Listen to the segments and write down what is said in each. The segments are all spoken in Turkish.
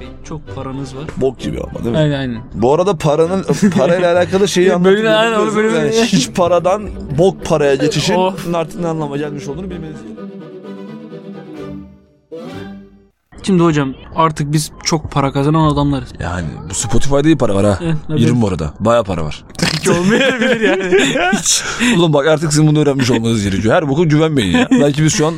ve çok paranız var. Bok gibi ama değil mi? Aynen aynen. Bu arada paranın parayla alakalı şeyi Bölümün- anlatıyor. aynen, onu bölümün- Yani hiç paradan bok paraya geçişin Of. bunun artık ne anlama gelmiş olduğunu bilmeniz gerekiyor. Şimdi hocam artık biz çok para kazanan adamlarız. Yani bu Spotify'da iyi para var ha. Evet, evet. 20 bu arada. Baya para var. Ki olmayabilir yani. Oğlum bak artık sizin bunu öğrenmiş olmanız gerekiyor. Her boku güvenmeyin ya. Belki biz şu an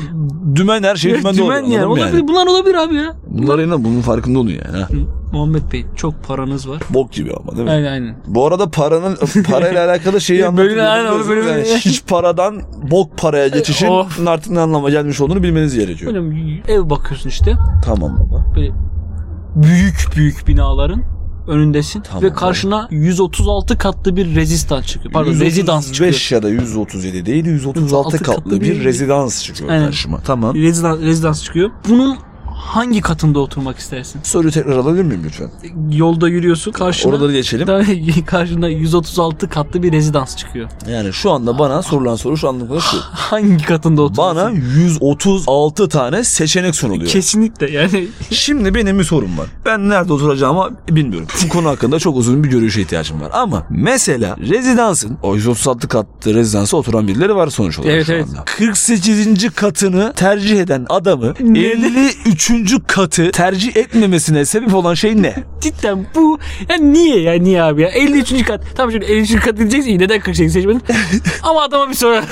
dümen her şey dümen, Dümen yani. Olabilir, Bunlar olabilir abi ya. Bunlar inan bunun farkında olun yani. Ha. Muhammed Bey çok paranız var. Bok gibi ama değil mi? Aynen aynen. Bu arada paranın parayla alakalı şeyi Bölümün- anlatıyor. aynen, onu bölümün- Yani hiç paradan bok paraya geçişin Of. bunun artık ne anlama gelmiş olduğunu bilmeniz gerekiyor. Hocam ev bakıyorsun işte. Tamam baba. Böyle büyük büyük binaların önündesin Tamam, ve karşına 136 katlı bir rezistans çıkıyor. Pardon rezidans çıkıyor. 5 ya da 137 değil 136 136 katlı, katlı bir bir- rezidans çıkıyor Aynen. karşıma. Tamam. Rezidans, rezidans çıkıyor. Bunun hangi katında oturmak istersin? Soruyu tekrar alabilir miyim lütfen? Yolda yürüyorsun karşına. Oraları geçelim. Daha- karşına 136 katlı bir rezidans çıkıyor. Yani şu anda bana sorulan soru şu anlamda şu. Hangi katında oturursun? Bana 136 tane seçenek sunuluyor. kesinlikle yani Şimdi benim bir sorum var. Ben nerede oturacağımı bilmiyorum. Bu konu hakkında çok uzun bir görüşe ihtiyacım var. Ama mesela rezidansın o 136 katlı rezidansa oturan birileri var sonuç olarak Evet, şu evet. anda. 48. katını tercih eden adamı 53. katı tercih etmemesine sebep olan şey ne? cidden bu ya niye ya niye abi ya 53. kat tamam şimdi 53. kat diyeceksin iyi neden 48 seçmedin ama adama bir soru Ya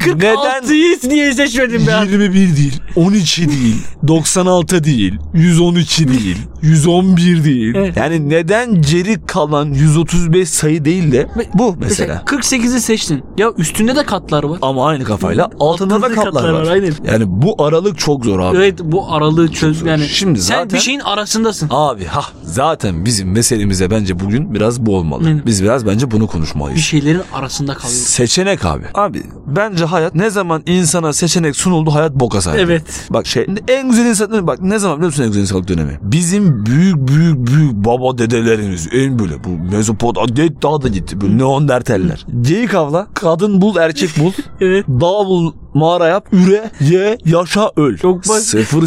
46'yı niye seçmedin be abi? 21 değil, 12 değil, 96 değil, 112 değil, 111 değil. Evet. Yani neden geri kalan 135 sayı değil de bu mesela. 48'i seçtin ya üstünde de katlar var Ama aynı kafayla altında da katlar var. aynen Yani bu aralık çok zor abi. evet bu aralığı çöz yani Şimdi sen zaten- bir şeyin arasındasın Abi ha zaten bizim meselemize bence bugün biraz bu olmalı. Aynen. Biz biraz bence bunu bir konuşmalıyız. şeylerin arasında kalıyorsun Seçenek abi. şey- Abi bence hayat ne zaman insana seçenek sunuldu hayat boka sardı. evet Bak şey en güzel insanlık bak ne zaman biliyor musun en güzel insanlık dönemi? Bizim büyük büyük büyük baba dedelerimiz en böyle bu Mezopot daha da gitti böyle Neandertaller. Geyik avla kadın bul erkek bul evet dağ bul mağara yap üre ye yaşa öl. Çok basit. Sıfır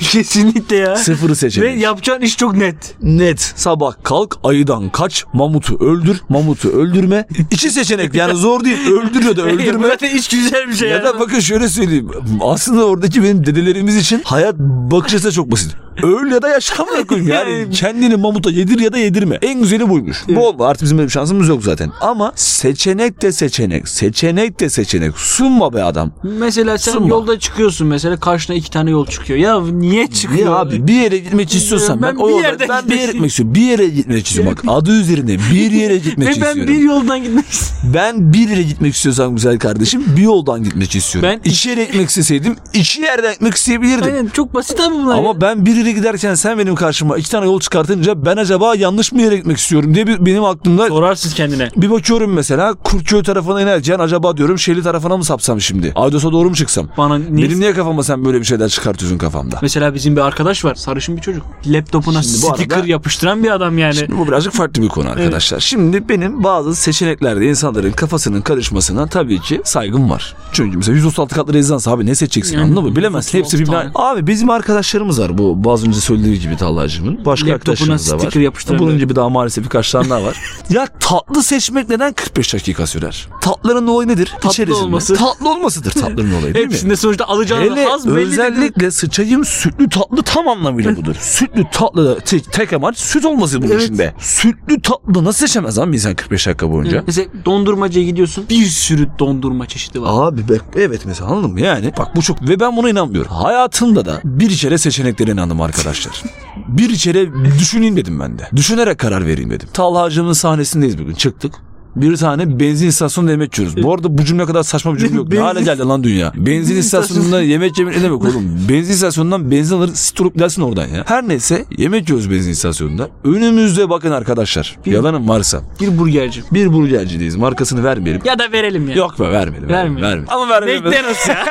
kesinlikle ya Sıfır ve seçenek. yapacağın iş çok net Net sabah kalk ayıdan kaç mamutu öldür mamutu öldürme. İki seçenek yani zor değil öldür ya da Bu öldürme. zaten iç güzel bir şey Ya da bakın şöyle söyleyeyim. Aslında oradaki benim dedelerimiz için hayat bakış açısı da çok basit. Öl ya da yaşam bırakın. Yani kendini mamuta yedir ya da yedirme. En güzeli buymuş. Bu olma. Artık bizim böyle bir şansımız yok zaten. Ama seçenek de seçenek. Seçenek de seçenek. Sunma be adam. Mesela sen Sunma. yolda çıkıyorsun mesela karşına iki tane yol çıkıyor. Ya niye çıkıyor? Niye abi bir yere gitmek istiyorsan ben, Ben o bir yolda- yerden ben bir yere gideyim. gitmek istiyorum. Bir yere gitmek istiyorum. Bak adı üzerinde bir yere Ve gitmek ben istiyorum. bir yoldan gitmek istiyorum. Ben bir yere gitmek istiyorsam güzel kardeşim bir yoldan gitmek istiyorum. Ben- Ben iki yere gitmek isteseydim iki yerden gitmek isteyebilirdim. Aynen çok basit abi bunlar. ya. Ama ben bir yere giderken sen benim karşıma iki tane yol çıkartınca ben acaba yanlış mı yere gitmek istiyorum diye bir- benim aklımda sorarsın kendine. bir bakıyorum mesela Kurtköy tarafına inerken acaba diyorum Şehli tarafına mı sapsam şimdi? Aydos'a doğru mu çıksam? Bana niye? Benim niye kafama sen böyle bir şeyler çıkartıyorsun kafamda? Mesela bizim bir arkadaş var. Sarışın bir çocuk. Laptopuna Şimdi bu arada- sticker yapıştıran bir adam yani. Şimdi bu birazcık farklı bir konu arkadaşlar. Şimdi benim bazı seçeneklerde insanların kafasının karışmasına tabii ki saygım var. Çünkü mesela 136 katlı rezidans abi ne seçeceksin Yani anladın mı? Bilemezsin. Hepsi 136 birbirine... Abi bizim arkadaşlarımız var bu az önce söylediği gibi Tallacığımın. Başka Laptopuna arkadaşlarımız da var. sticker yapıştıran Bunun bir- gibi daha maalesef birkaç tane daha var. ya tatlı seçmek neden 45 dakika sürer? Tatların olayı nedir? Tatlı olması. Tatlı olmasıdır tatların olayı değil mi? Hepsinde sonuçta alacağın Hele haz belli. özellikle sıçayım sütlü tatlı tam anlamıyla budur. sütlü tatlı da tek, tek amaç süt olması bunun Evet. içinde. Sütlü tatlı nasıl seçemez lan bir insan 45 dakika boyunca? Evet. Mesela dondurmacıya gidiyorsun. Bir sürü dondurma çeşidi var. Abi bak evet mesela anladın mı yani? Bak bu çok ve ben buna inanmıyorum. Hayatımda da bir kere seçeneklere inandım arkadaşlar. bir kere düşüneyim dedim ben de. Düşünerek karar vereyim dedim. Talhacımın sahnesindeyiz bugün çıktık. Bir tane benzin istasyonunda yemek yiyoruz. Bu arada bu cümle kadar saçma bir cümle yok. Ne Benzin- hale geldi lan dünya? Benzin istasyonunda yemek yemek ne demek oğlum? Benzin istasyonundan benzin alır siturup gidersin oradan ya. Her neyse yemek yiyoruz benzin istasyonunda. Önümüzde bakın arkadaşlar. Yalanım varsa. Bir burgerci. Bir burgercideyiz. Markasını vermeyelim. Ya da verelim ya. Yok be vermedim. Vermeyelim. vermedim. Ama vermeyelim. McDonald's ya.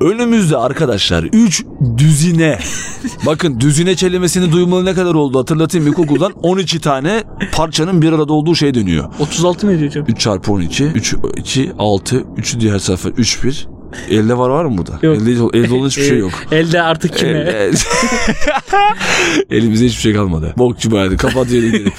Önümüzde arkadaşlar 3 düzine. Bakın düzine kelimesini duymalı ne kadar oldu hatırlatayım ilkokuldan. 12 tane parçanın bir arada olduğu şey dönüyor. 36 mı ediyor hocam? 3 çarpı 12, 3 2 6, 3 diğer sayfa 3 1. Elde var var mı burada? Yok. Elde, elde olan hiçbir şey yok. Ee, Elde artık kime? El- el- Elimizde hiçbir şey kalmadı. Bokçu bayağı kapat yeri gidelim.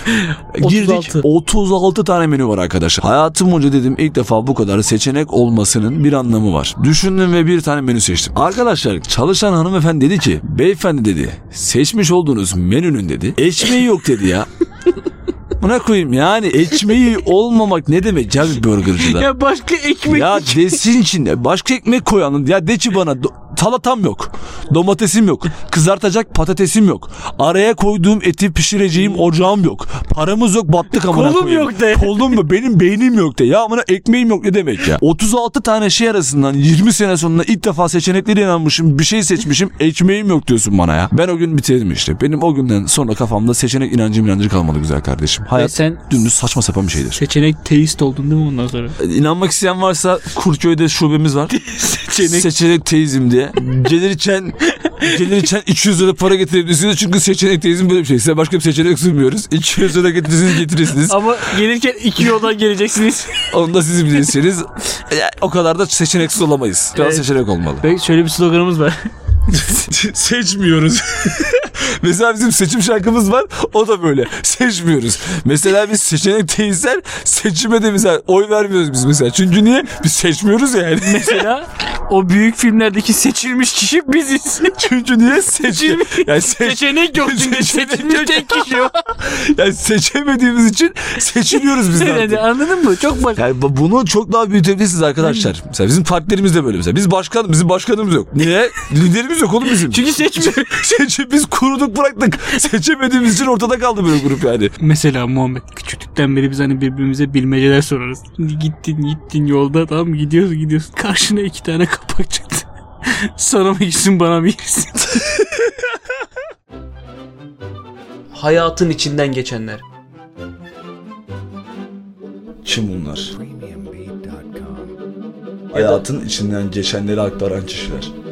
Girdik. 36. 36 tane menü var arkadaşlar. Hayatım boyunca dedim ilk defa bu kadar seçenek olmasının bir anlamı var. Düşündüm ve bir tane menü seçtim. Arkadaşlar çalışan hanımefendi dedi ki beyefendi dedi seçmiş olduğunuz menünün dedi ekmeği yok dedi ya. Buna koyayım yani ekmeği olmamak ne demek ya bir burgercıda? Ya başka ekmek Ya desin içinde. Başka ekmek koy anladın. Ya de ki bana do- salatam yok. Domatesim yok. Kızartacak patatesim yok. Araya koyduğum eti pişireceğim ocağım yok. Paramız yok battık amına Hmm. Kolum koyayım. yok de. Kolum mu? Benim beynim yok de. Ya amına ekmeğim yok ne demek ya. 36 tane şey arasından 20 sene sonunda ilk defa seçeneklere inanmışım. Bir şey seçmişim. Ekmeğim yok diyorsun bana ya. Ben o gün bitirdim işte. Benim o günden sonra kafamda seçenek inancım inancı kalmadı güzel kardeşim. Hayat sen- Şey- dümdüz saçma sapan bir şeydir. Seçenek teist oldun değil mi ondan sonra? İnanmak isteyen varsa Kurtköy'de şubemiz var. Seçenek. Seçenek teizm diye. Gelir içen, gelir içen 200 lira para getirebilirsiniz. Çünkü seçenek teizm böyle bir şey. Size başka bir seçenek sunmuyoruz. 200 lira getirirsiniz getirirsiniz. Ama gelirken iki yoldan geleceksiniz. Onu da siz bilirsiniz. Ya, O kadar da seçeneksiz olamayız. Biraz Evet. seçenek olmalı. Ve şöyle bir sloganımız var. Seçmiyoruz. Mesela bizim seçim şarkımız var. O da böyle. Seçmiyoruz. Mesela biz seçenek değilsen seçime de mesela oy vermiyoruz biz mesela. Çünkü niye? Biz seçmiyoruz yani. Mesela o büyük filmlerdeki seçilmiş kişi biziz. Çünkü niye seçti? Seçilmiş. Yani, seç, Seçenek yok çünkü Seçenek seçilmiş yok. tek kişi o. yani seçemediğimiz için seçiliyoruz biz de Yani artık. Anladın mı? Çok bak. Yani bu- bunu çok daha büyütebilirsiniz Hmm. arkadaşlar. Mesela bizim partilerimiz de böyle mesela. Biz başkan, bizim başkanımız yok. Niye? Liderimiz yok oğlum bizim. Çünkü seçmiyor. Seçim, biz kuruduk bıraktık. Seçemediğimiz için ortada kaldı böyle grup yani. Mesela Muhammed küçüklükten beri biz hani birbirimize bilmeceler sorarız. Şimdi gittin gittin yolda tamam mı? gidiyorsun gidiyorsun. Karşına iki tane kapak çıktı. Sana mı gitsin bana mı gitsin? Hayatın içinden geçenler. Kim bunlar? Hayatın içinden geçenleri aktaran kişiler.